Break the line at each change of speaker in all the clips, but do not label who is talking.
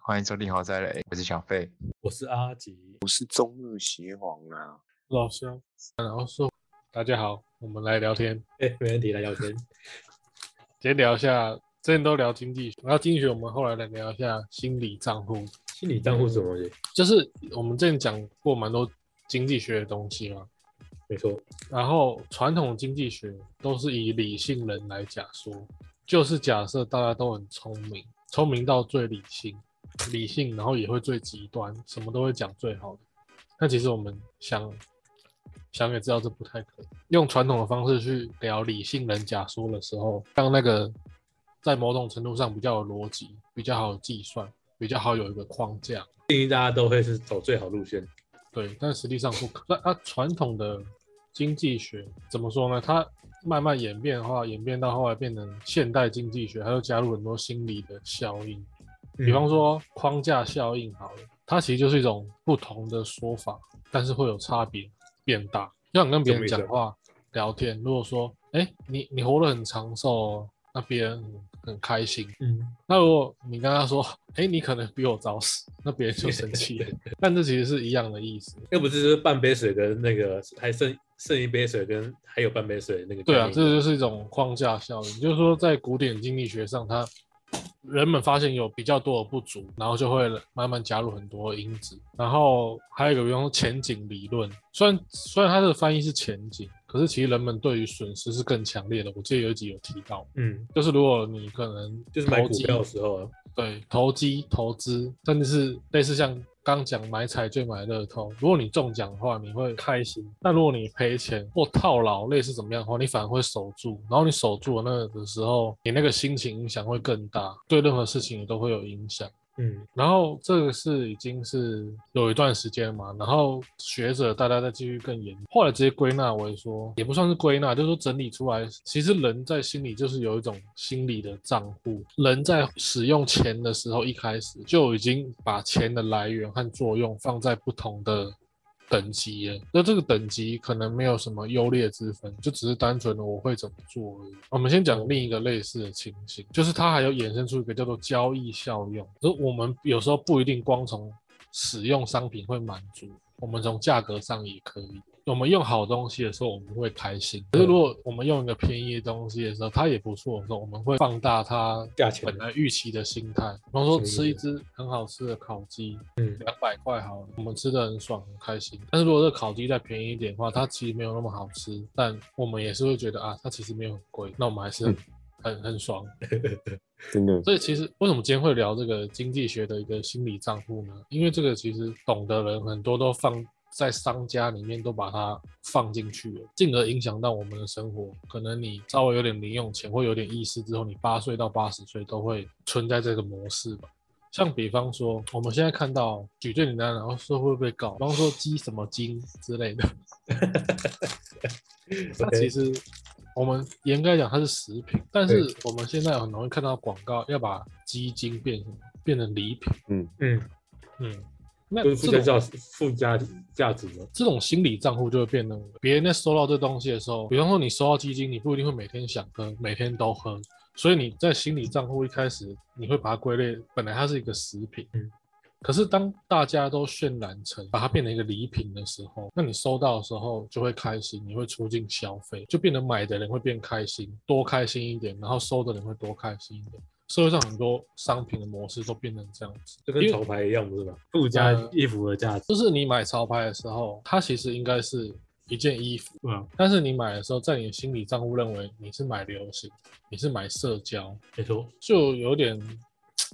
欢迎收听《豪宅雷》，我是小费。
我是阿吉，
是中日协皇啊，
老乡，然后说大家好，我们来聊天，
哎、没问题，来聊天。
先聊一下，之前都聊经济学，然后经济学我们后来来聊一下心理账户，
心理账户是什么东西？
就是我们之前讲过蛮多经济学的东西嘛，
没错，
然后传统经济学都是以理性人来假说，就是假设大家都很聪明，聪明到最理性，理性然后也会最极端，什么都会讲最好的。但其实我们想想也知道这不太可能。用传统的方式去聊理性人假说的时候，让那个在某种程度上比较有逻辑，比较好计算，比较好有一个框架。
建议大家都会是走最好路线。
对，但实际上不可。那它传统的经济学怎么说呢？它慢慢演变的话，演变到后来变成现代经济学，它又加入很多心理的效应，比
嗯
方说框架效应好了，它其实就是一种不同的说法，但是会有差别变大。就像你跟别人讲话聊天，如果说，哎、你你活得很长寿、哦，那别人很很开心。
嗯，
那如果你跟他说，哎、你可能比我早死，那别人就生气了。但这其实是一样的意思。
又不是就是半杯水跟那个还剩剩一杯水跟还有半杯水那个概
对
念。
啊，这就是一种框架效应，就是说在古典经济学上，它人们发现有比较多的不足，然后就会慢慢加入很多因子。然后还有一个，比方说前景理论，虽然虽然它的翻译是前景，可是其实人们对于损失是更强烈的。我记得有一集有提到，
嗯，
就是如果你可能
就是买
投
股
机
票的时候啊，
对，投机、投资，甚至是类似像刚讲买彩券、买乐透，如果你中奖的话，你会开心；但如果你赔钱或套牢，类似怎么样的话，你反而会守住。然后你守住的那个的时候，你那个心情影响会更大，对任何事情你都会有影响。
嗯，
然后这个是已经是有一段时间嘛，然后学者大家再继续更研，后来直接归纳为说，也不算是归纳，就是说整理出来，其实人在心里就是有一种心理的账户，人在使用钱的时候，一开始就已经把钱的来源和作用放在不同的。等级了，那这个等级可能没有什么优劣之分，就只是单纯的我会怎么做而已。我们先讲另一个类似的情形，就是它还有衍生出一个叫做交易效用，就是我们有时候不一定光从使用商品会满足，我们从价格上也可以。我们用好东西的时候，我们会开心；可是如果我们用一个便宜的东西的时候，它也不错的时候，我们会放大它
价钱
本来预期的心态。比方
什么
说
意思
吃一只很好吃的烤鸡，
嗯
两百块好了，我们吃的很爽很开心。但是如果这个烤鸡再便宜一点的话，它其实没有那么好吃，但我们也是会觉得啊，它其实没有很贵，那我们还是很、很很爽。
真的
所以其实为什么今天会聊这个经济学的一个心理账户呢？因为这个其实懂的人很多都放在商家里面都把它放进去了，进而影响到我们的生活。可能你稍微有点零用钱或有点意识之后，你八岁到八十岁都会存在这个模式吧。像比方说，我们现在看到举最简单的，然后说会被告，比方说鸡什么精之类 的，它
OK
其实我们严格来讲它是食品，但是我们现在很容易看到广告要把鸡精变成变成礼品，
嗯，
嗯，那
就是附
这
加
种
价附加价值的，
这种心理账户就会变成别人在收到这东西的时候，比方说你收到基金，你不一定会每天想喝，每天都喝，所以你在心理账户一开始你会把它归类，本来它是一个食品，
嗯
可是当大家都渲染成把它变成一个礼品的时候，那你收到的时候就会开心，你会促进消费，就变得买的人会变开心，多开心一点，然后收的人会多开心一点。社会上很多商品的模式都变成这样子，
就跟
因为
潮牌一样，不是吗？附加
呃
衣服的价值，
就是你买潮牌的时候，它其实应该是一件衣服，
对啊，
但是你买的时候，在你的心理账户认为你是买流行，你是买社交，
没错，
就有点，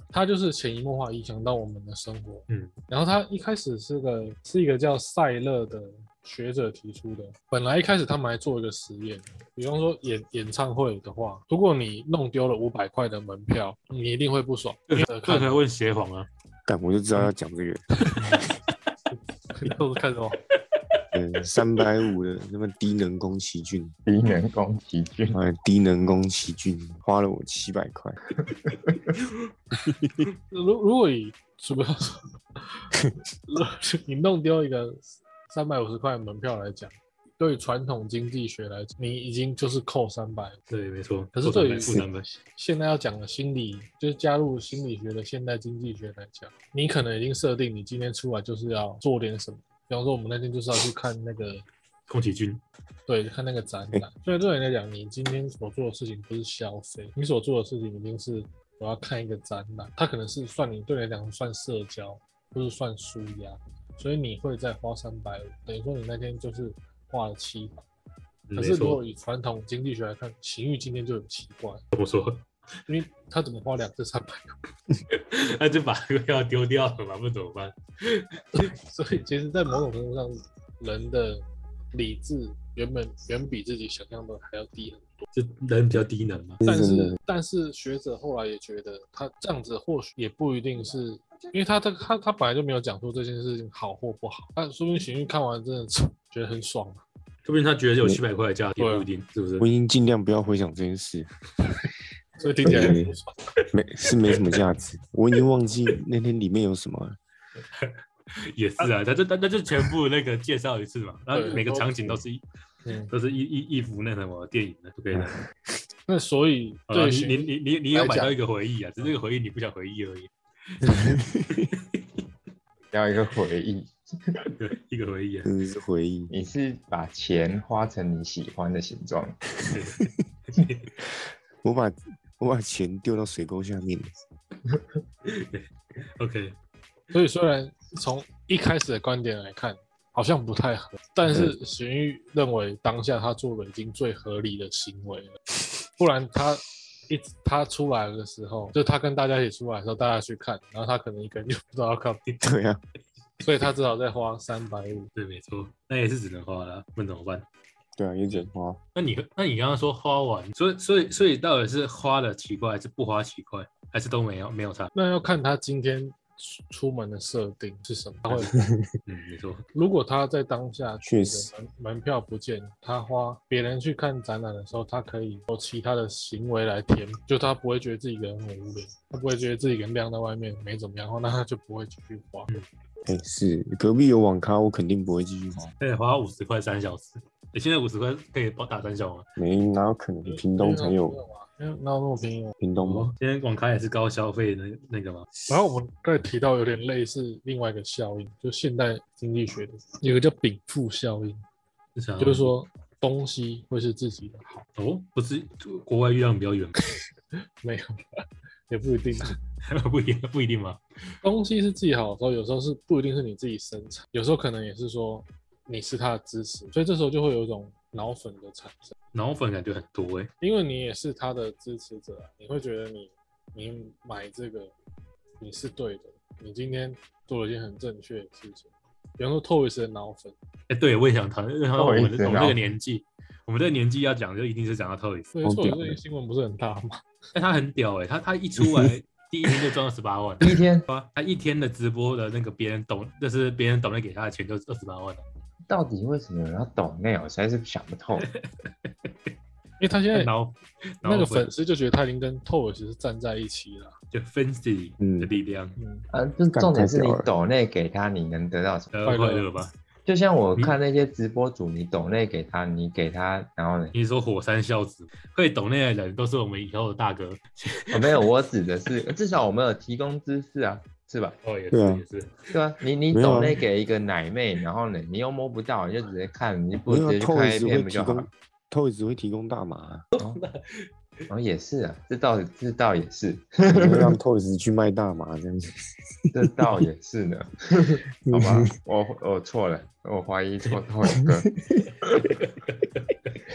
它就是潜移默化影响到我们的生活。
嗯，
然后它一开始是个是一个叫塞勒的学者提出的，本来一开始他们还做一个实验，比方说演演唱会的话，如果你弄丢了五百块的门票，你一定会不爽， 因为
这
看
才问邪皇啊，
干我就知道要讲这个，
都是看什么。
嗯，三百五的那么低能宫崎骏，
低能宫崎骏，
啊，低能宫崎骏花了我七百块，
如如果以 主要说，如果你弄丢一个三百五十块的门票来讲，对于传统经济学来讲，你已经就是扣三百。
对，没错。
可是
做
对
得蛮
于
负担的，
现在要讲的心理，就是加入心理学的现代经济学来讲，你可能已经设定你今天出来就是要做点什么。比方说，我们那天就是要去看那个
空气军
对，看那个展览。所以对你来讲，你今天所做的事情不是消费，你所做的事情一定是我要看一个展览，它可能是算你对你来讲算社交，或是算舒压，所以你会再花三百五，等于说你那天就是花了七
嗯
百。可
没
是如
错
果。以传统经济学来看，情欲今天就很奇怪，
怎么说？
因为他怎么花两次三百
那就把这个药丢掉了嘛，不然怎么办？
所以其实，在某种程度上，人的理智原本远比自己想象的还要低很多。
这人比较低能嘛，
但
是真
是
的
但是学者后来也觉得，他这样子或许也不一定是，因为他他他他本来就没有讲出这件事情好或不好，但说不定荀彧看完真的觉得很爽啊。
说不定他觉得有七百块的价值，
对啊
不一定，是不是
我？已经尽量不要回想这件事，
所以听起来很不爽。
没是没什么价值。我已经忘记那天里面有什么了。
也是啊，他就他他就全部那个介绍一次嘛，然后
对
每个
都
场景都是一
嗯，
都是一一一幅那什么电影的，OK 的。
那所以
好了
对
你你
荀
你你你有
来
买
讲
到一个回忆啊，只是这个回忆你不想回忆而已。
要一个回忆。
对，一个回忆啊，
真的是回忆，
你是把钱花成你喜欢的形状，
我把我把钱丢到水沟下面，
OK，
所以虽然从一开始的观点来看，好像不太合，但是荀彧认为当下他做的已经最合理的行为了，不然他。一直他出来的时候，就他跟大家一起出来的时候，大家去看，然后他可能一个人就不知道要干嘛，
对啊，
所以他只好再花三百五。
对，没错，那也是只能花了，不然怎么办？
对啊，有点花。
那你那你刚刚说花完，所以所以所以到底是花的奇怪，还是不花奇怪，还是都没有没有差？
那要看他今天出出门的设定是什么。 他会，
嗯，没错，
如果他在当下
确
觉得
实
门门票不见，他花别人去看展览的时候，他可以有其他的行为来填，就他不会觉得自己一个人很无聊，他不会觉得自己一个人晾在外面没怎么样，那他就不会继续花。
哎、是隔壁有网咖，我肯定不会继续花。
现在花五十块三小时，你现在五十块可以包打三小吗？
没，哪有可能？ 屏东才有，
没有啊，哪有那么便宜啊？
屏东吗？
今天网咖也是高消费的那个吗？
然后我们刚才提到有点类似另外一个效应，就现代经济学的有个叫禀赋效应。
想
就是说东西会是自己的好，
哦，不是国外月亮比较圆吗，
没有，也不一定。
不一定不一定吗？
东西是自己好的时候，有时候是不一定是你自己生产，有时候可能也是说你是他的支持，所以这时候就会有一种脑粉的产生，
脑粉感觉很多哎、
因为你也是他的支持者啊，你会觉得你你买这个你是对的，你今天做了一件很正确的事情。比方说 Toys 的脑粉，
哎、对我也想谈，然后我
我也
们这
是
我们这
脑
个年纪，我们这个年纪要讲就一定是讲到 Toys，
对
好屌
Toys 最近新闻不是很大吗？
但他很屌哎、他他一出来第一天就赚了十八万，
第一天
哇他一天的直播的那个别人懂，就是别人懂得给他的钱就二十八万了，
到底为什么有人要懂那？我实在是想不 透。
因为他现在
脑
那
脑
个
粉
粉丝就觉得他已经跟 Toys 是站在一起了，
就分析
嗯
的力量，
嗯，
啊，就是
干
重点是
太
你
屌了
抖内给他，你能得到什么？
呃，
快乐
快乐吧？
就像我看那些直播主，你抖内给他，你给他，然后呢？
你是说火山孝子会懂那的人都是我们以后的大哥，
哦、没有，我指的是至少我们有提供知识啊，是吧？
哦也是
对啊
也是，
对啊，你你
没有啊
抖内给一个奶妹，然后呢，你又摸不到，你就直接看，你不
没
如
有
直接去
透
看 A
只会
片不
提
就好了
供？，透只会提供大麻啊，
哦，也是啊，这倒这倒也是，
你会让透只去卖大麻这样子，
这倒也是呢，好吧，我我错了，我怀疑错透一个。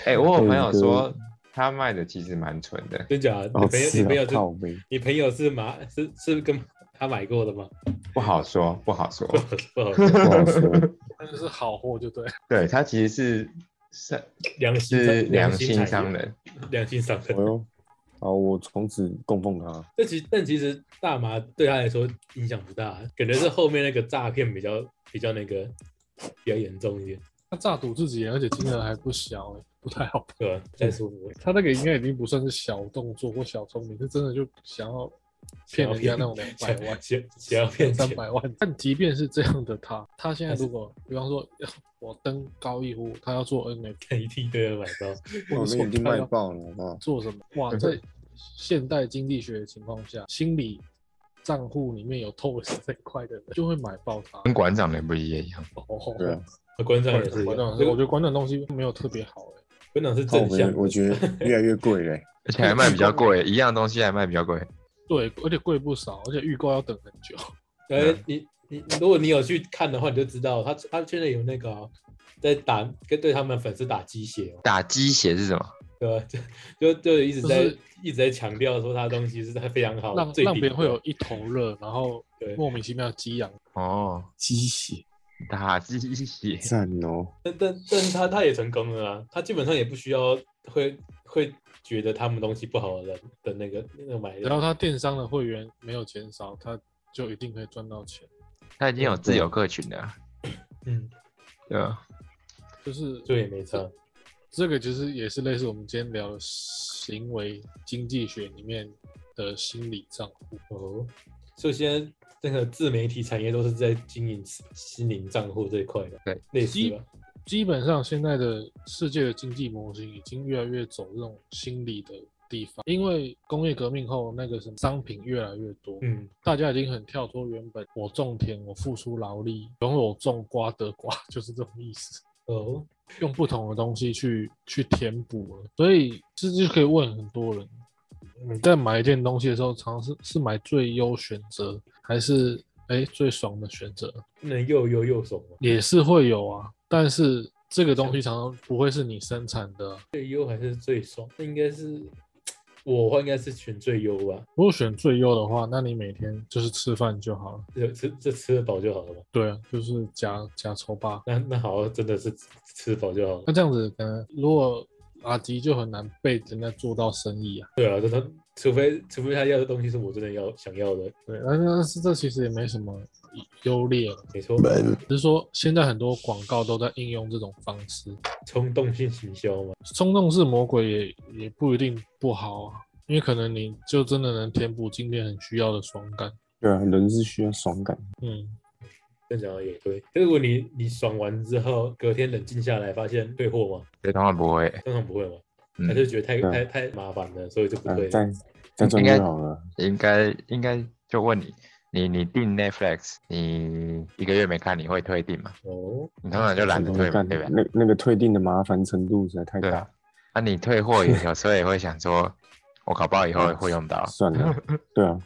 哎、我有朋友说他卖的其实蛮纯的，
真假的？你
哦，
朋友
是
你朋友
啊，
是
靠背，
你朋友是马是是跟他买过的吗？
不好说，不好说。
不好说，
不好说。
那就是好货就对了。
对他其实是是
良心
是良
心
心商，人，
良心商
哎
人。
呦，好，我从此供奉他。
但其但其实大麻对他来说影响不大，感觉是后面那个诈骗比较比较那个比较严重一点，
他诈赌自己，而且金额还不小、欸，不太好。
对吧？不太舒服。
他那个应该已经不算是小动作或小聪明，是真的就想要骗人家那种两百万、
想想要骗
三
钱，
百万。但即便是这样的他，他现在如果比方说我登高一呼，他要做 NFT，
看一地堆人买到，
哇，那
或者说
一定
他
卖
要
爆了，好不好？
做什么？ 哇，在现代经济学的情况下，心理账户里面有透视这一块的人就会买爆它。
跟馆长的不一样，
哦，
对啊，
馆长也是一
馆
样，这
长是，
个
我觉得馆长东西没有特别好哎、
馆长是啊
靠
正
北
向，
我觉得越来越贵嘞、
而且还卖比较贵，一样东西还卖比较贵。
对，而且贵不少，而且预购要等很久。
呃，
啊
你你如果你有去看的话，你就知道他他现在有那个啊、在打跟对他们粉丝打鸡血哦，
打鸡血是什么？
对吧？ 就就就一直
就
在、
是
一直在强调说他的东西是他非常好，
让
最
让
顶
别人会
的
有一头热，然后
对
莫名其妙激昂。
哦，
鸡血
打鸡血，
赞哦，
但但但是他他也成功了啊，他基本上也不需要会会觉得他们东西不好的人的那个那个买
只要
人，
他电商的会员没有减少，他就一定可以赚到钱。
他已经有自由客群了，
嗯，
对吧？
就是
这也没差，
这个，就是也是类似我们今天聊的行为经济学里面的心理账户。
哦，所以现在那个自媒体产业都是在经营心灵账户这一块的，
对，
类似
基
吧，
基本上现在的世界的经济模型已经越来越走这种心理的地方，因为工业革命后那个什么商品越来越多，
嗯，
大家已经很跳脱原本我种田我付出劳力，然后我种瓜得瓜， 就是这种意思。
哦，
用不同的东西去去填补了，所以这就可以问很多人：你在买一件东西的时候，尝试是买最优选择，还是哎最爽的选择？
能又优又怂吗？
也是会有啊，但是这个东西常常不会是你生产的啊、
最优还是最爽？那应该是我的话，应该是选最优吧，
如果选最优的话，那你每天就是吃饭就好了。
这吃这吃得饱就好了嘛。
对啊，就是假假愁吧。
那那好，真的是吃饱就好了
那。这样子，可能如果阿吉就很难被人家做到生意啊。
对啊，真的，除非除非他要的东西是我真的要想要的，
对，但是但是这其实也没什么优劣了，
没错，
只是说现在很多广告都在应用这种方式，
冲动性行销嘛。
冲动是魔鬼也也不一定不好啊，因为可能你就真的能填补今天很需要的爽感。
对啊，人是需要爽感，
嗯，
这样讲的也对，但如果你你爽完之后，隔天冷静下来，发现退货吗？
这当然不会，
通常不会嘛，
嗯
还是觉得太、
对
太太麻烦了，所以就不
啊
退。，
再再赚
应该
就好了，
应该应该就问你，你你订 Netflix，你一个月没看，你会退订吗？
哦，
你通常就懒得退嘛，
干
对不对？
那那个退订的麻烦程度实在太
对
大
啊，那、你退货 也有时候也会想说，我搞不好以后会用到，
算了， 对啊，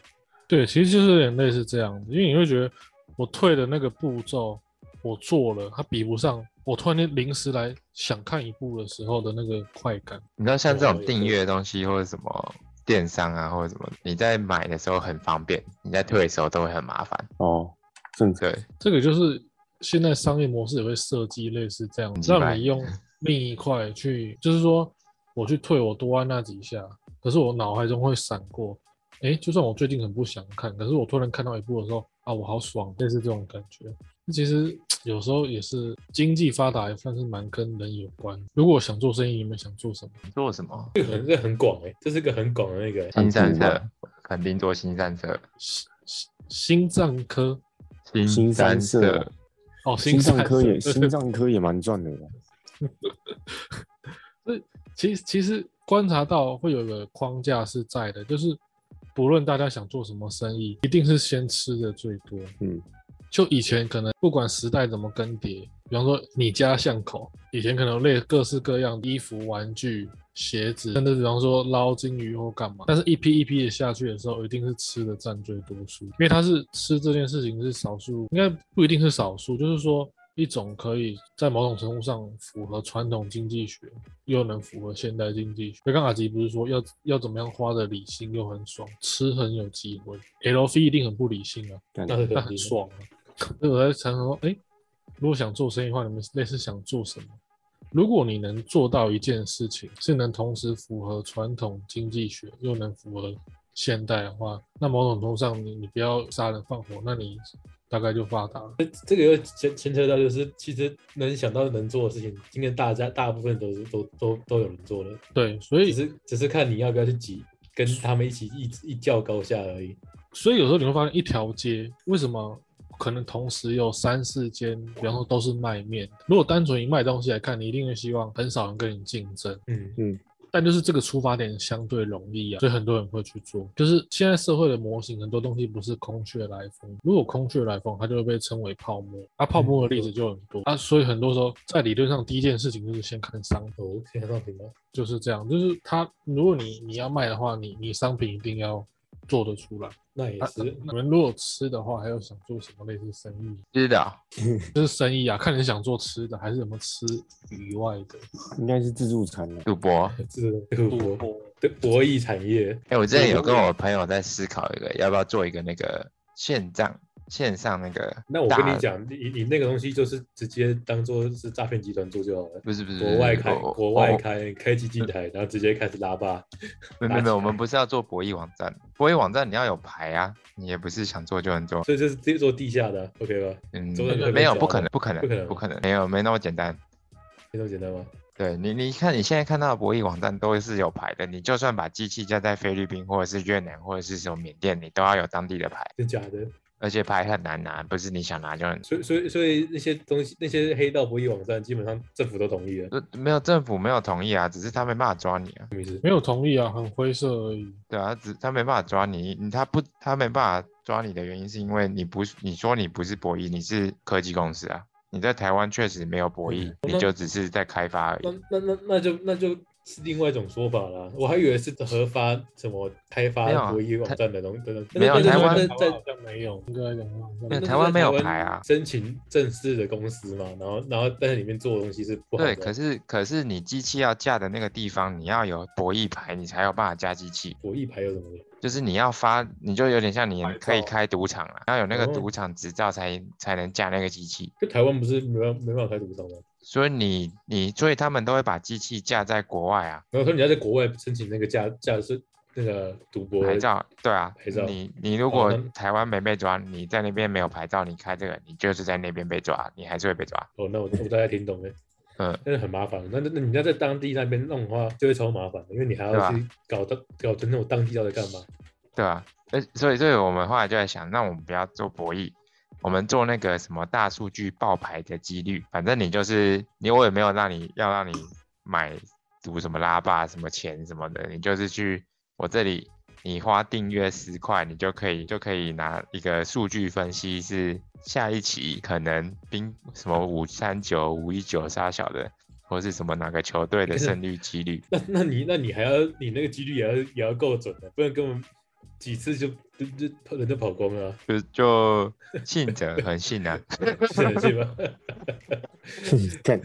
对，其实就是有点类似这样，因为你会觉得我退的那个步骤我做了，它比不上我突然间临时来想看一部的时候的那个快感。
你知道像这
对啊
种
也
订
对
阅的东西或者什么电商啊或者什么，你在买的时候很方便，你在退的时候都会很麻烦。
哦，正常，
对，
这个就是现在商业模式也会设计类似这样，
明白
让你用另一块去，就是说我去退我多按那几下，可是我脑海中会闪过，哎，就算我最近很不想看，可是我突然看到一部的时候，啊，我好爽，类似这种感觉。其实有时候也是经济发达，也算是蛮跟人有关。如果想做生意，你们想做什么？
做什么？
这个很这个很广哎、这是个很广的那个、欸，
新三
看
社，肯定做新三社，
心心心脏科
新
三
社
社，
哦，
心脏科也
心
心脏科也蛮赚的啦，
其实其实观察到会有个框架是在的，就是不论大家想做什么生意，一定是先吃的最多。
嗯，
就以前可能不管时代怎么更迭，比方说你家巷口以前可能类各式各样的衣服、玩具、鞋子，甚至比方说捞金鱼或干嘛，但是一批一批的下去的时候，一定是吃的占最多数，因为它是吃这件事情是少数，应该不一定是少数，就是说。一种可以在某种程度上符合传统经济学，又能符合现代经济学。刚刚阿吉不是说要要怎么样花的理性又很爽，吃很有机会，LV 一定很不理性啊，
干
那是
那
肯定
很
的。
爽啊。所以我在常常说，哎、如果想做生意的话，你们类似想做什么？如果你能做到一件事情，是能同时符合传统经济学，又能符合现代的话，那某种程度上你，你不要杀人放火，那你大概就发达了。
这个又牵牵扯到，就是其实能想到能做的事情，今天大家大部分都是都都都有人做了，
对，所以
只是只是看你要不要去挤跟他们一起一一较高下而已。
所以有时候你会发现一条街为什么可能同时有三四间，比方说都是卖面。如果单纯以卖东西来看，你一定会希望很少人跟你竞争，
嗯，
但就是这个出发点相对容易啊，所以很多人会去做。就是现在社会的模型，很多东西不是空穴来风，如果空穴来风，它就会被称为泡沫。啊，泡沫的例子就很
嗯
多、啊，所以很多时候在理论上，第一件事情就是先看商品，
哦，线上平台，
就是这样，就是它如果你你要卖的话，你你商品一定要做得出来。
那也
啊
是，
你们如果吃的话，还有想做什么类似生意？
知道
就是生意啊，看你想做吃的，还是有没有吃以外的
应该是自助餐 的。
赌博。
是赌
赌
博，
博。
对博弈产业，
哎、我之前有跟我朋友在思考一个，要不要做一个那个线上线上那个
那我
大
跟你讲，你你那个东西就是直接当做是诈骗集团做就好了。
不是不
嗯
是
国外
哦
开，
我
国外，开，开基金台，然后直接开始拉霸。
我我没有没有，
打起
我们不是要做博弈网站，博弈网站你要有牌啊，你也不是想做就能做，
所以这是直接做地下的啊，OK 吧？
嗯
做那个，
没有
就
不
好
可
了
能不可
不可能
能不可能，没有没那么简单。
没那么简单吗？
对你，你看你现在看到的博弈网站都是有牌的，你就算把机器架在菲律宾或者是越南或者是什么缅甸，你都要有当地的牌，
真假的？
而且牌很难拿，不是你想拿就能。
所以所以所以那些东西，那些黑道博弈网站，基本上政府都同意了。
呃没有政府没有同意啊，只是他没办法抓你啊，
没有同意啊，很灰色而已。
对啊，只他没办法抓你，你他不他没办法抓你的原因是因为你不是你说你不是博弈，你是科技公司啊，你在台湾确实没有博弈
嗯，
你
那
就只是在开发而
那
已。
那那那就那就是另外一种说法啦。我还以为是合法什么开发
没有啊
博弈网站的东等等，
没有
但是
台湾嗯
但是
台
在
湾好像没有，应该讲好
没
像
有
没有。
那
台湾
是在
没有
湾
牌啊
申请正式的公司嘛，然后然后但是里面做的东西是不好
对，
的。
可是可是你机器要架的那个地方，你要有博弈牌，你才有办法架机器。
博弈牌有什么用？
就是你要发，你就有点像你
牌
可以
照
开赌场了，啊要有那个
哦
赌场执照才才能架那个机器。
就台湾不是没办没办法开赌场吗？
所以你你所以他们都会把机器架在国外啊，
然后说你要在国外申请那个驾驾是那个赌博
牌照对啊
牌照，
你你如
哦
果
那
台湾没被抓，你在那边没有牌照，你开这个，你就是在那边被抓，你还是会被抓。
哦，那我我大概听懂了。
嗯，
但是很麻烦。那那那你要在当地那边弄的话，就会超麻烦的，因为你还
对
要
吧
去搞到搞的那种当地到底干嘛？
对啊，呃，所以所以我们后来就在想，那我们不要做博弈，我们做那个什么大数据爆牌的几率，反正你就是你，我也没有让你要让你买赌什么拉霸什么钱什么的，你就是去我这里，你花订阅十块，你就可以就可以拿一个数据分析是下一期可能冰什么五三九五一九啥小的，或是什么哪个球队的胜率几率。
那那你那你还要你那个几率也要也要够准的，不然根本几次就就就人就跑光了啊，
就就信者恒信啊，
是很信吗？
看，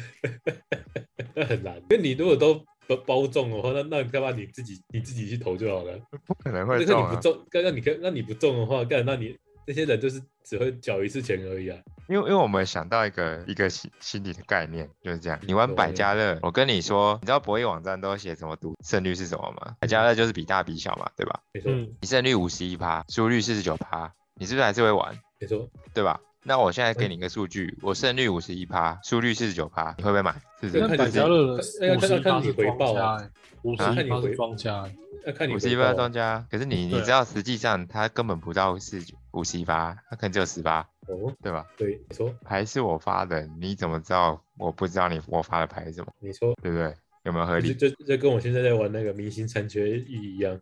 那很难，因为你如果都包包中的话，那那干嘛你自己你自己去投就好了。
不可能
那
会
个
中
你
啊
不。中，刚刚你看那你不中的话，干那你那些人就是只会缴一次钱而已啊。
因为因为我们想到一个一个心心理的概念，就是这样。你
对
玩百家乐，我跟你说，你知道博弈网站都写什么赌胜率是什么吗？百家乐就是比大比小嘛，对吧？
没错，
嗯，
你胜率五十一趴，输率四十九趴，你是不是还是会玩，
没错，
对吧？那我现在给你一个数据，我胜率五十一趴，输率四十九趴，你会不会买？是不
那
那
是？
百家乐哎的
那要
五
看
十
要
一
看
趴
你
是
回
庄
报
家
啊
欸，五十
啊
看
一
你
趴
回
是庄家欸，
要看你
五十一
回报
趴
啊
庄家，可是你你
对啊
知道实际上它根本不到四五十一趴，它可能只有十八，
哦，
对吧？
对，没错，
牌是我发的，你怎么知道我不知道你我发的牌是什么？
没错。
对不对？有没有合
就
理？
就就跟我现在在玩那个明星残缺一一样，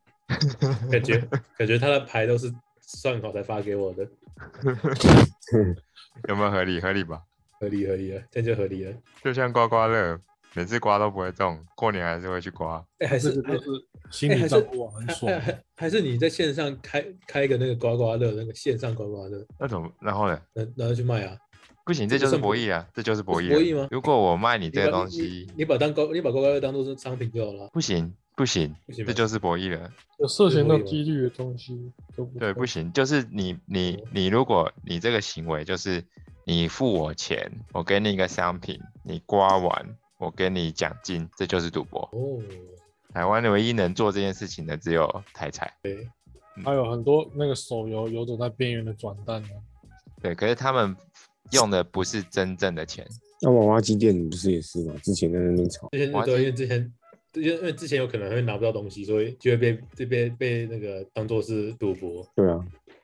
感觉感觉他的牌都是算好才发给我的，
有没有合理？合理吧？
合理合理了，这样就合理了。
就像刮刮乐，每次刮都不会中，过年还是会去刮。
哎、还
这
是
个
还
就是心
哎还
理
是
账户啊很 爽
还。还还是你在线上开开一个那个刮刮乐，那个线上刮刮乐，
那怎么？然后呢？
然然后去卖啊？
不行，这就
这
是
不算
博
博
弈啊，这就是博弈、啊。
博弈吗
如果我卖你
你
这个
把
东
你
西
你，你把当刮你把刮刮乐当做是商品就好了，
不行，不行，
不行吗
这就是博弈了。
有涉嫌到几率的东西都不
对，不
行。
行，就是你你你，如果你这个行为就是你付我钱，我给你一个商品，你刮完。我给你奖金，这就是赌博。
哦，
台湾唯一能做这件事情的只有台彩，
还有很多那个手游游走在边缘的转蛋啊，
对，可是他们用的不是真正的钱，
那娃娃机店不是也是吗？之前在那边炒，
之前
我还
对，
记
因为之前因为因为之前有可能会拿不到东西，所以就会被就被被那个当做是赌博。
对啊，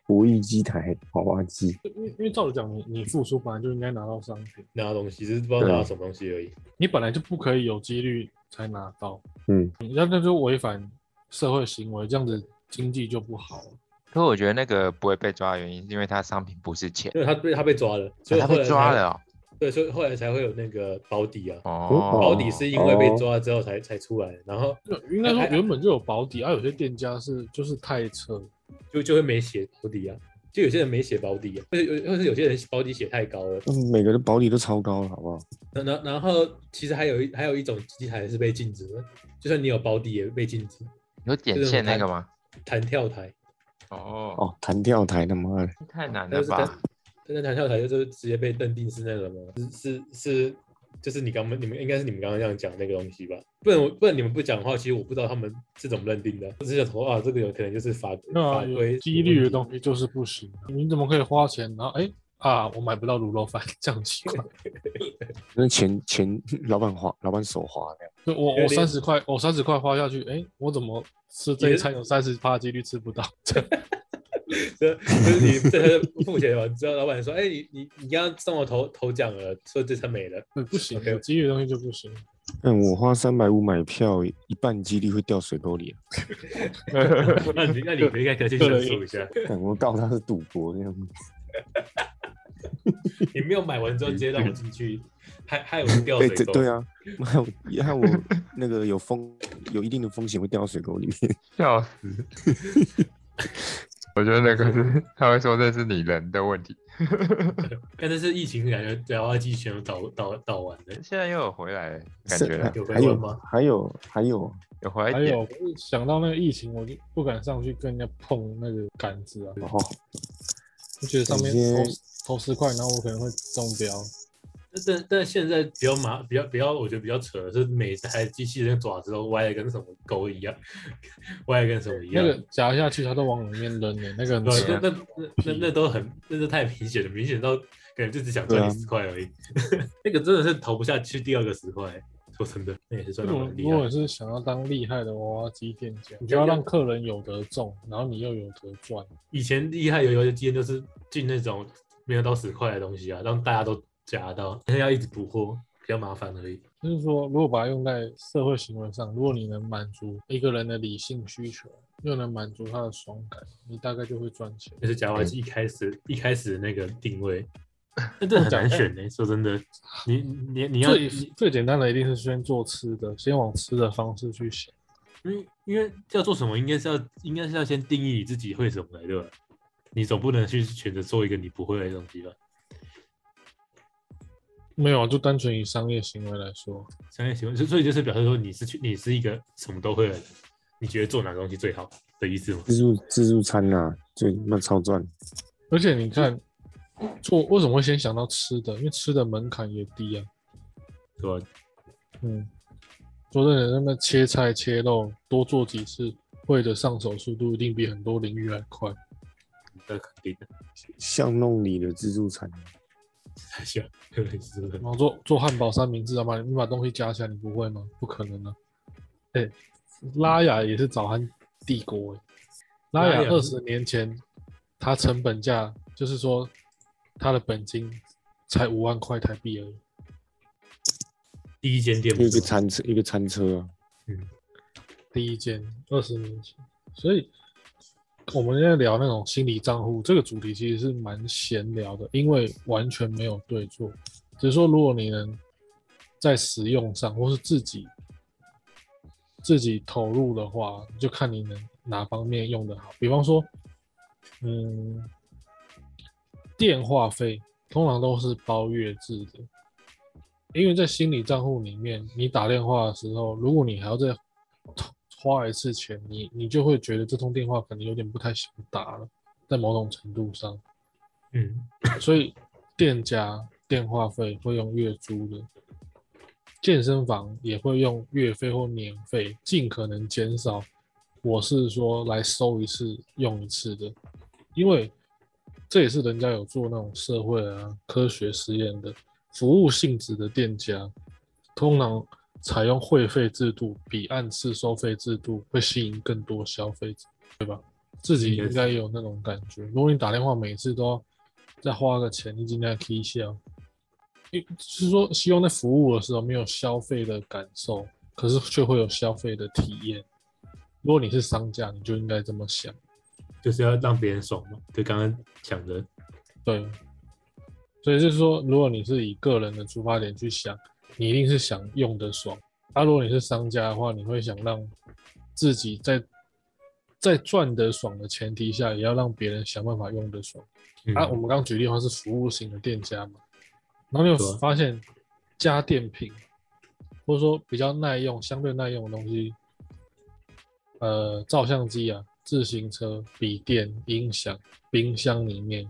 博弈机台、娃娃机，
因为因为照理讲，你你付出本来就应该拿到商品，
拿到东西只是不知道
对
拿
啊
到什么东西而已。
你本来就不可以有几率才拿到，
嗯，
你那那就违反社会行为，这样子经济就不好了。
可我觉得那个不会被抓的原因，是因为它商品不是钱，
因为他被他被抓了，所以
它
后
啊被
来
抓
才
了
对，所以后来才会有那个保底啊。
哦。
哦
保底是因为被
哦
抓了之后才才出来，然后
那应该说
哎哎
原本就有保底，而、啊有些店家是就是太扯，
就就会没写保底啊。就有些人没写保底啊，或者有或是有些人保底写太高了。
嗯每个的保底都超高了，好不好？
然然然后其实还有一还有一种机台是被禁止的，就算你有保底也被禁止。
有点线那个吗？
弹跳台，
哦，
哦，弹跳台，他妈的，
太难了
但是
吧
弹？但是弹跳台就是直接被认定是那个吗？是是是，就是你刚刚你们应该是你们刚刚这样讲那个东西吧？不然我不然你们不讲的话，其实我不知道他们是怎么认定的。我只想说啊，这个有可能就是法法
那
规
有几率的
东
东西就是不行。你怎么可以花钱，然后哎、啊，我买不到卤肉饭，这样奇 怪。
那钱钱老板花，老板手滑的，
就我
有
我
点
三十块，我三十块花下去，哎、我怎么吃这一餐有三十趴几率吃不到？
这就是你这付钱完之后，老板说：“哎、你你你刚刚上我头头奖了，说这车没了。
对，不行，
OK
有几率的东西就不行。
但嗯我花三百五买票，一半几率会掉水沟 里啊！”
那你那你应该可以去申诉一下，
干我告他是赌博那样子，
你没有买完之后直接让我进去，害害我掉
对
水
这
沟。
对啊，害我害我那个有风有一定的风险会掉到水沟里面，
笑死！ 我觉得那个是他会说这是你人的问题。
但这是疫情感觉对啊，机全都倒倒倒完了。
现在又有回来了，感
是
觉了
有
还
回温
有
吗
还有还有
有回来
还
一
有
点。
我一想到那个疫情，我就不敢上去跟人家碰那个杆子啊，
哦，
就觉得上面
有些
投投十块，然后我可能会中标。
但但但现在比较麻，比较比较，我觉得比较扯的是，每台机器人爪子都歪的跟什么狗一样，歪的跟什么一
那
样。
个夹下去，它都往里面扔的，那个很扯
对，那那那那那都很，那是太明显了，明显到感觉就只想
对
赚
啊
你十块而已。 那个真的是投不下去第二个十块，说真的，那也是赚的啊
如果
蛮厉
如果
害
你。是想要当厉害的娃娃机店家，你就要让客人有得中，然后你又有得赚。
以前厉害有游戏机就是进那种没有到十块的东西啊，让大家都夹到， 但是要一直补货，比较麻烦而已。
就是说，如果把它用在社会行为上，如果你能满足一个人的理性需求，又能满足他的爽感，你大概就会赚钱。
就是夹娃机一开始、一开始的那个定 位，那这很
讲
难选呢、欸说真 的，你你你要
最
你
最简单的一定是先做吃的，先往吃的方式去想。
因因为要做什么，应该是要应该是要先定义你自己会什么来对吧？你总不能去选择做一个你不会的东西吧？
没有，啊就单纯以商业行为来说，
商业行为，所以所以就是表示说你是去你是一个什么都会的人，你觉得做哪个东西最好的意思吗？
嗯
自助自助餐啊，最那超赚，
而且你看，做为什么会先想到吃的？因为吃的门槛也低啊。
对吧？
嗯，说真的，那么切菜切肉多做几次，会的上手速度一定比很多领域还快。
那肯定的，
巷弄里的自助餐，
太像，真的是
然后做做汉堡三明治啊嘛，你把东西加起来，你不会吗？不可能啊！哎、拉雅也是早餐帝国、欸，拉
拉
雅
雅
二十年前它成本价就是说它的本金才五万块台币而已，
第一间店
一
不
个
是吗
餐车一个餐车啊，
第一间二十年前，所以我们现在聊那种心理账户这个主题其实是蛮闲聊的，因为完全没有对错，只是说如果你能在使用上或是自己自己投入的话，就看你能哪方面用得好。比方说，嗯，电话费通常都是包月制的，因为在心理账户里面，你打电话的时候，如果你还要再花一次钱，你你就会觉得这通电话可能有点不太想打了，在某种程度上，
嗯，
所以店家电话费会用月租的，健身房也会用月费或年费，尽可能减少。我是说来收一次用一次的，因为这也是人家有做那种社会啊科学实验的服务性质的店家，通常采用会费制度比按次收费制度会吸引更多消费者，对吧？自己应该也有那种感觉。如果你打电话每次都再花个钱，你尽量 K 一下，哦因就是说希望在服务的时候没有消费的感受，可是却会有消费的体验。如果你是商家，你就应该这么想。
就是要让别人爽嘛。就刚刚讲的，
对，所以就是说，如果你是以个人的出发点去想，你一定是想用的爽。那、如果你是商家的话，你会想让自己在在赚得爽的前提下，也要让别人想办法用得爽。
嗯
啊，我们刚举例的话是服务型的店家嘛，然后你
对
有
啊
发现家电品或者说比较耐用、相对耐用的东西，呃，照相机啊、自行车、笔电、音响、冰箱里面，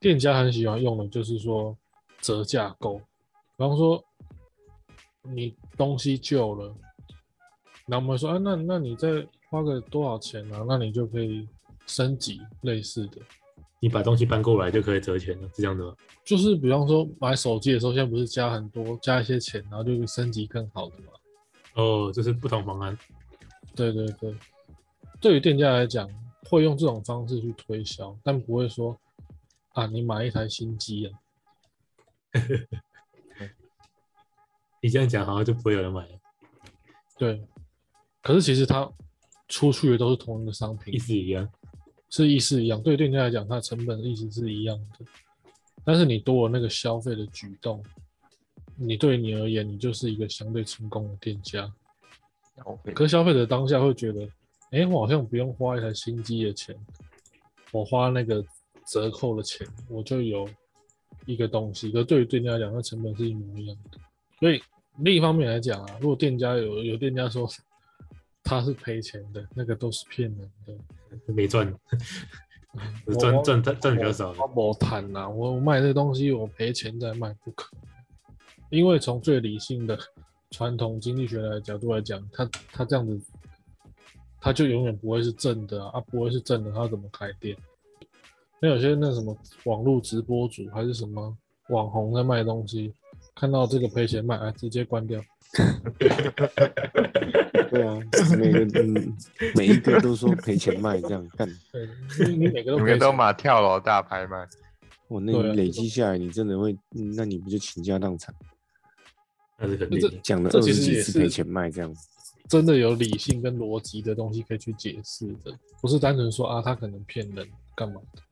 店家很喜欢用的就是说折价购，比方说你东西旧了，然后我们说啊，那那你再花个多少钱啊？那你就可以升级类似的。
你把东西搬过来就可以折钱了，是这样的吗？
就是比方说买手机的时候，现在不是加很多加一些钱，然后就可以升级更好的嘛？
哦，这是不同方案。
对对对，对于店家来讲，会用这种方式去推销，但不会说啊，你买一台新机啊，
你这样讲好像就不会有人买了，
对。可是其实它出去的都是同一个商品
意，思一样。
是意思一样。对于店家来讲，它的成本意思是一样的，但是你多了那个消费的举动，你对你而言，你就是一个相对成功的店家。
我
可是消费者当下会觉得，哎、我好像不用花一台新机的钱，我花那个折扣的钱，我就有一个东西。可是对于店家来讲，那成本是一模一样的。所以另一方面来讲啊，如果店家有有店家说他是赔钱的，那个都是骗人的。
没赚，
我
赚赚赚赚比较少。
我我谈呐、啊我卖这东西我赔钱再卖不可能，因为从最理性的传统经济学的角度来讲，他他这样子，他就永远不会是正的啊，啊不会是正的，他怎么开店？那有些那什么网络直播主还是什么网红在卖东西，看到这个赔钱卖，啊直接关掉。
对啊，每个 嗯每一个都说赔钱卖这样干，
对，哎你你 每个都
你
赔
们都
钱，
买跳楼大拍卖，
我那
对啊
你累积下来，你真的会，嗯那你不就倾家荡产？
那是肯
这
定的。
讲了
这
二
其
十
实也
几
是
次赔钱卖这样，
真的有理性跟逻辑的东西可以去解释的，不是单纯说啊他可能骗人干嘛的，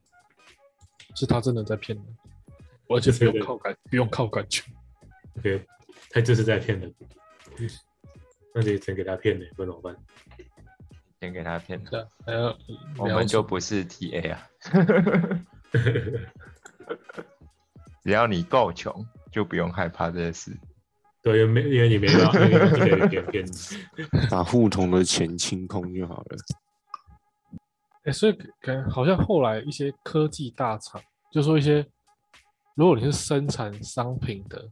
是他真的在骗人，而且不用靠感，不用靠感觉。
OK，他就是在骗人。那你真给他骗了，不然怎么办？
先给他骗了。
对，还要
我
了
们
解
就不是 TA 啊，只要你够穷，就不用害怕这些事。
对，因为没因为你没到，因为你就给别人骗。
把户头的钱清空就好了。
哎、所以感好像后来一些科技大厂，就说一些，如果你是生产商品的，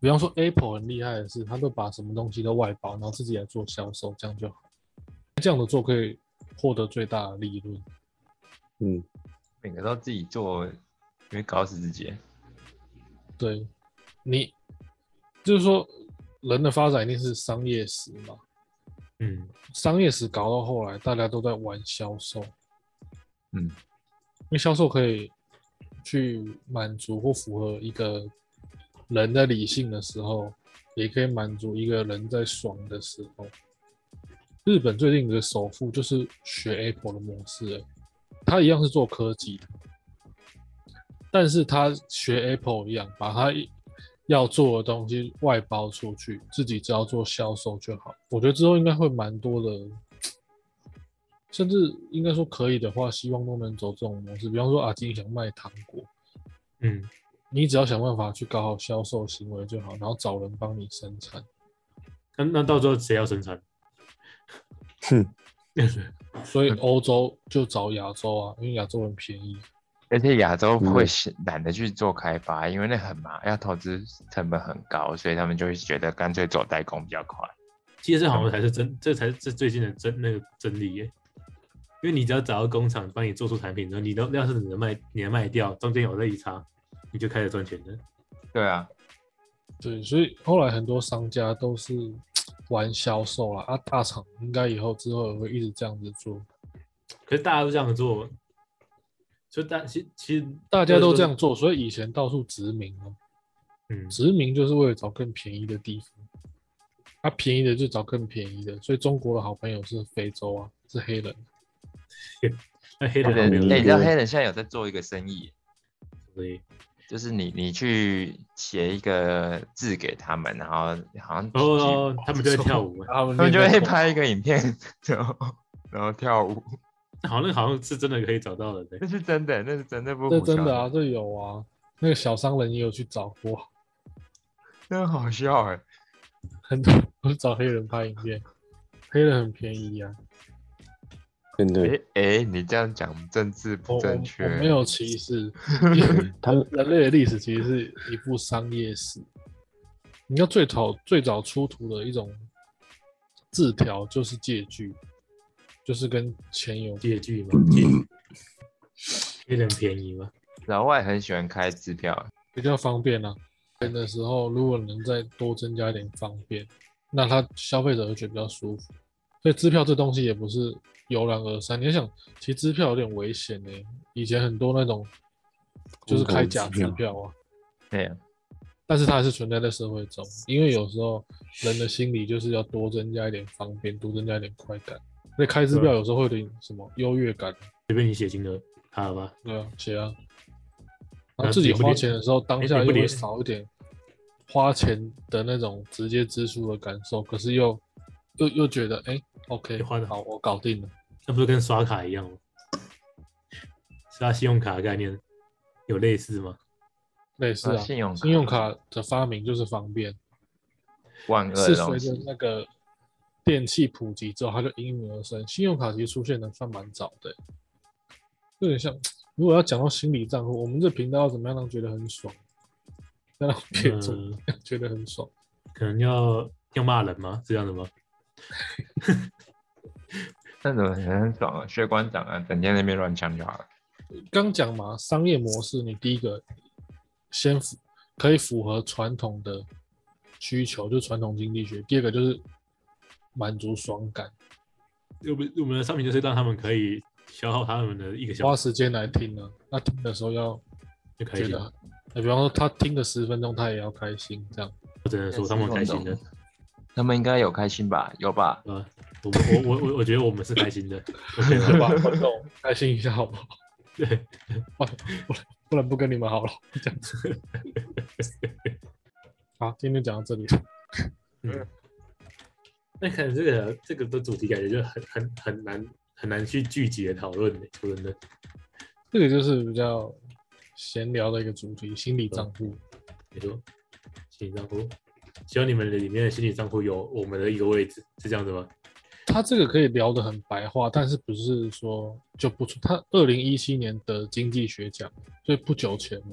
比方说 Apple 很厉害的是，它都把什么东西都外包，然后自己来做销售，这样就好，这样的做可以获得最大的利润。
嗯，
每个都自己做，因为搞死自己。
对，你就是说人的发展一定是商业史嘛，
嗯，
商业史搞到后来，大家都在玩销售，
嗯，
因为销售可以去满足或符合一个人在理性的时候，也可以满足一个人在爽的时候。日本最近有个首富就是学 Apple 的模式了，他一样是做科技的，但是他学 Apple 一样，把他一要做的东西外包出去，自己只要做销售就好。我觉得之后应该会蛮多的，甚至应该说可以的话，希望都能走这种模式。比方说啊，今天想卖糖果，
嗯，
你只要想办法去搞好销售行为就好，然后找人帮你生产。
那那到时候谁要生产？
哼，
所以欧洲就找亚洲啊，因为亚洲人便宜。
而且亚洲
嗯
会是懒得去做开发，因为那很麻，要投资成本很高，所以他们就会觉得干脆走代工比较快。
其实这好像才是真，这才是最近的真那个真理耶。因为你只要找到工厂帮你做出产品，然后你都要是你能卖，你能卖掉，中间有利差，你就开始赚钱了。
对啊，
对，所以后来很多商家都是玩销售啦，啊，大厂应该以后之后也会一直这样子做，
可是大家都这样做，就大其其实
大家都这样，做，所以以前到处殖民哦，
嗯，
殖民就是为了找更便宜的地方，啊，便宜的就找更便宜的，所以中国的好朋友是非洲啊，是黑人，
那
黑
黑人还没
人，
有
哎、
那
你知道
个
黑人现在有在做一个生意，
所以
就是你你去写一个字给他们，然后好像
哦哦，他们就会跳 舞，
他们
他们就会
练
拍一个影片，然后然后跳舞，
好像好像是真的可以找到的，对
嗯
那是真的，那是真的不
这
是
真的
的
啊，，这有啊，那个小商人也有去找过，
真的好笑哎、
很多都是找黑人拍影片，黑人很便宜啊，
真
欸！
的，
哎、你这样讲政治
我
不
我
正确，
我哦没有歧视，
他们
人类的历史其实是一部商业史。你看最早最早出土的一种字条就是借据，就是跟钱有
借据嘛，嗯黑人便宜嘛，
老外很喜欢开支票，
比较方便啊。变的时候，如果能再多增加一点方便，那他消费者会觉得比较舒服。所以支票这东西也不是油然而生。你要想，其实支票有点危险呢、以前很多那种就是开假支
空头支
票啊，
对啊，
但是它还是存在在社会中，因为有时候人的心理就是要多增加一点方便，多增加一点快感。那开支票有时候会有点什么优越感，
随便你写金额，好吧，
对啊，写啊。
那
然后自己
你不
花
连
钱的时候，当
你
下
不
又会
连
少一点花钱的那种直接支出的感受，可是又又又觉得，哎、o k
你花得
好，我搞定了。
那不是跟刷卡一样吗？刷信用卡的概念有类似吗？
类似
啊
啊，
信用
信用
卡
卡的发明就是方便，
万恶的
是随
东
着
西，
那个电器普及之后，它就应运而生。信用卡其实出现的算蛮早的、欸有点像。如果要讲到心理账户，我们这频道要怎么样让觉得很爽，要让别人怎么
嗯
样觉得很爽？
可能要要骂人吗？是这样的吗？
那种很爽啊，学官长啊，整天在那边乱枪就好了。
刚讲嘛，商业模式，你第一个先符可以符合传统的需求，就传统经济学；第二个就是满足爽感，
我们我们的商品就是让他们可以消耗他们的一个小
花
时
时间来听呢、那听的时候要
就开
觉
心
得哎
了。，
那比方说他听个十分钟，他也要开心，这样
我只能说他们开心的，
他们应该有开心吧？有吧？
对吧？啊我们我我我我觉得我们是开 心的，我觉
对
得
吧？ 观众开心一下好不好？
对，
不然不跟你们好了， 这样子。好，今天讲到这里。
嗯。那可能这个这个的主题感觉就很很很难很难去聚集的讨论欸呢，说真的。
这个就是比较闲聊的一个主题，心理账户。
你说心理账户，希望你们的里面的心理账户有我们的一个位置，是这样子吗？
他这个可以聊得很白话，但是不是说就不出？他二零一七年的经济学奖，所以不久前了，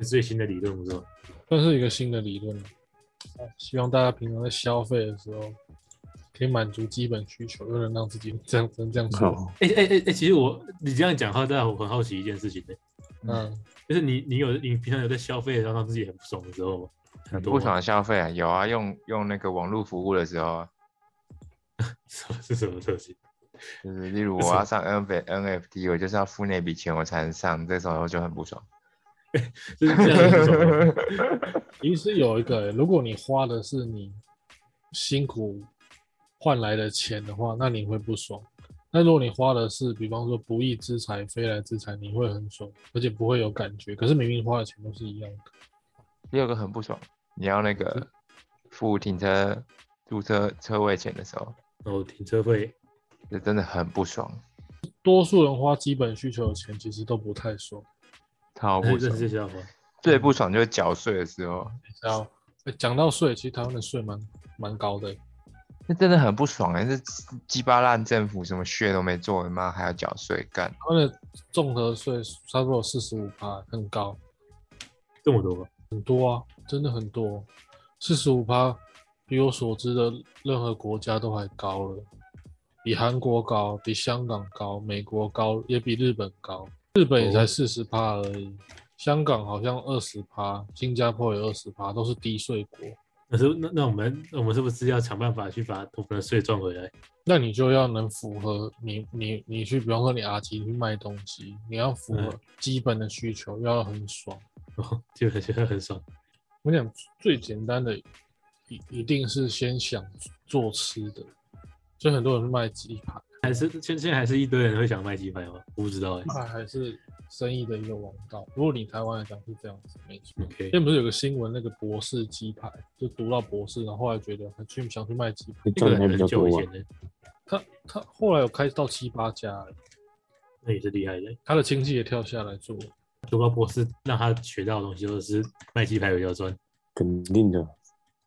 是最新的理论，不是吗？
算是一个新的理论了。希望大家平常在消费的时候，可以满足基本需求，又能让自己这样能这样说。
好，
哎哎哎哎，其实我你这样讲话，大家我很好奇一件事情呢、欸
嗯，
就是你你有你平常有在消费，然后让自己很不爽的时候吗？很
很
多吗
不爽的消费啊，有啊，用用那个网络服务的时候啊，
什 么是什么东西？
就是例如
为什
我
么
要上 N F NFT，我就是要付那笔钱我才能上，这时候就很不爽。
就是这样的不爽吗。
其实有一个欸、如果你花的是你辛苦换来的钱的话，那你会不爽。那如果你花的是，比方说不义之财、非来之财，你会很爽，而且不会有感觉。可是明明花的钱都是一样的。
第二个很不爽，你要那个付停车注册车位钱的时候，
然后哦停车费，
这真的很不爽，
多数人花基本需求的钱，其实都不太爽。
超
那
不
哎这
爽。
是笑话。
最不爽就是缴税的时候，
然后欸讲到税，其实台湾的税蛮蛮高的欸、
那真的很不爽哎、欸！这鸡巴烂政府什么血都没做，妈还要缴税干。
台湾的综合税差不多四十五趴，很高，
这么多吗？
很多啊，真的很多，四十五趴比我所知的任何国家都还高了，比韩国高，比香港高，美国高，也比日本高。日本也才
哦
四十趴而已，香港好像二十趴，新加坡也二十趴，都是低税国。
那是那那我们那我们是不是要想办法去把我们的税赚回来？
那你就要能符合你你你去，比方说你阿吉去卖东西，你要符合
嗯
基本的需求，要很爽。
哦，就很觉得很爽。
我想最简单的一一定是先想做吃的，所以很多人卖鸡排，
还是现现在还是一堆人会想卖鸡排吗？我不知道哎、
鸡排还是生意的一个王道。如果你台湾来讲是这样子，没错。
OK，
之前不是有个新闻，那个博士鸡排，就读到博士，然后后来觉得还去想去卖鸡排，
这
赚
个
的还比
很
较
久以
多啊
前。的，
他他后来有开到七八家了，
那也是厉害的。
他的亲戚也跳下来做。
读高博士让他学到的东西都是卖鸡排比较赚。
肯定的。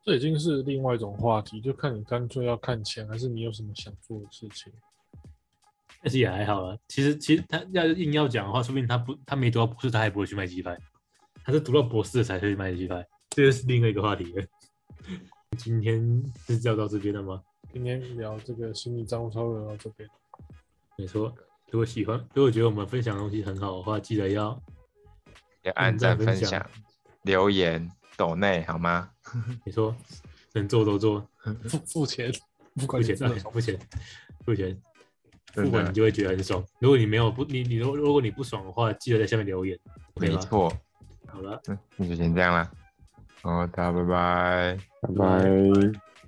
这已经是另外一种话题，就看你干脆要看钱，还是你有什么想做的事情。
但是也还好啊。其实，其实他要是硬要讲的话，说不定他不他没读到博士，他还不会去卖鸡排，他是读到博士才会去卖鸡排，这就是另外一个话题了。今天是要到这边了吗？
今天聊这个心理账户稍微聊到这边，
没错。如果喜欢，如果觉得我们分享的东西很好的话，记得要
要按赞、
分
分享、留言、抖内好吗？
你说能做都做，
付付钱，不
付
管
钱
钱
啊，付钱，付钱，
真的
付款你就会觉得很爽。如果你没有不你你如如果你不爽的话，记得在下面留言。OK
没
吧？
错，
好了。
嗯，那就先这样啦。好，大家拜拜。
啊
拜拜。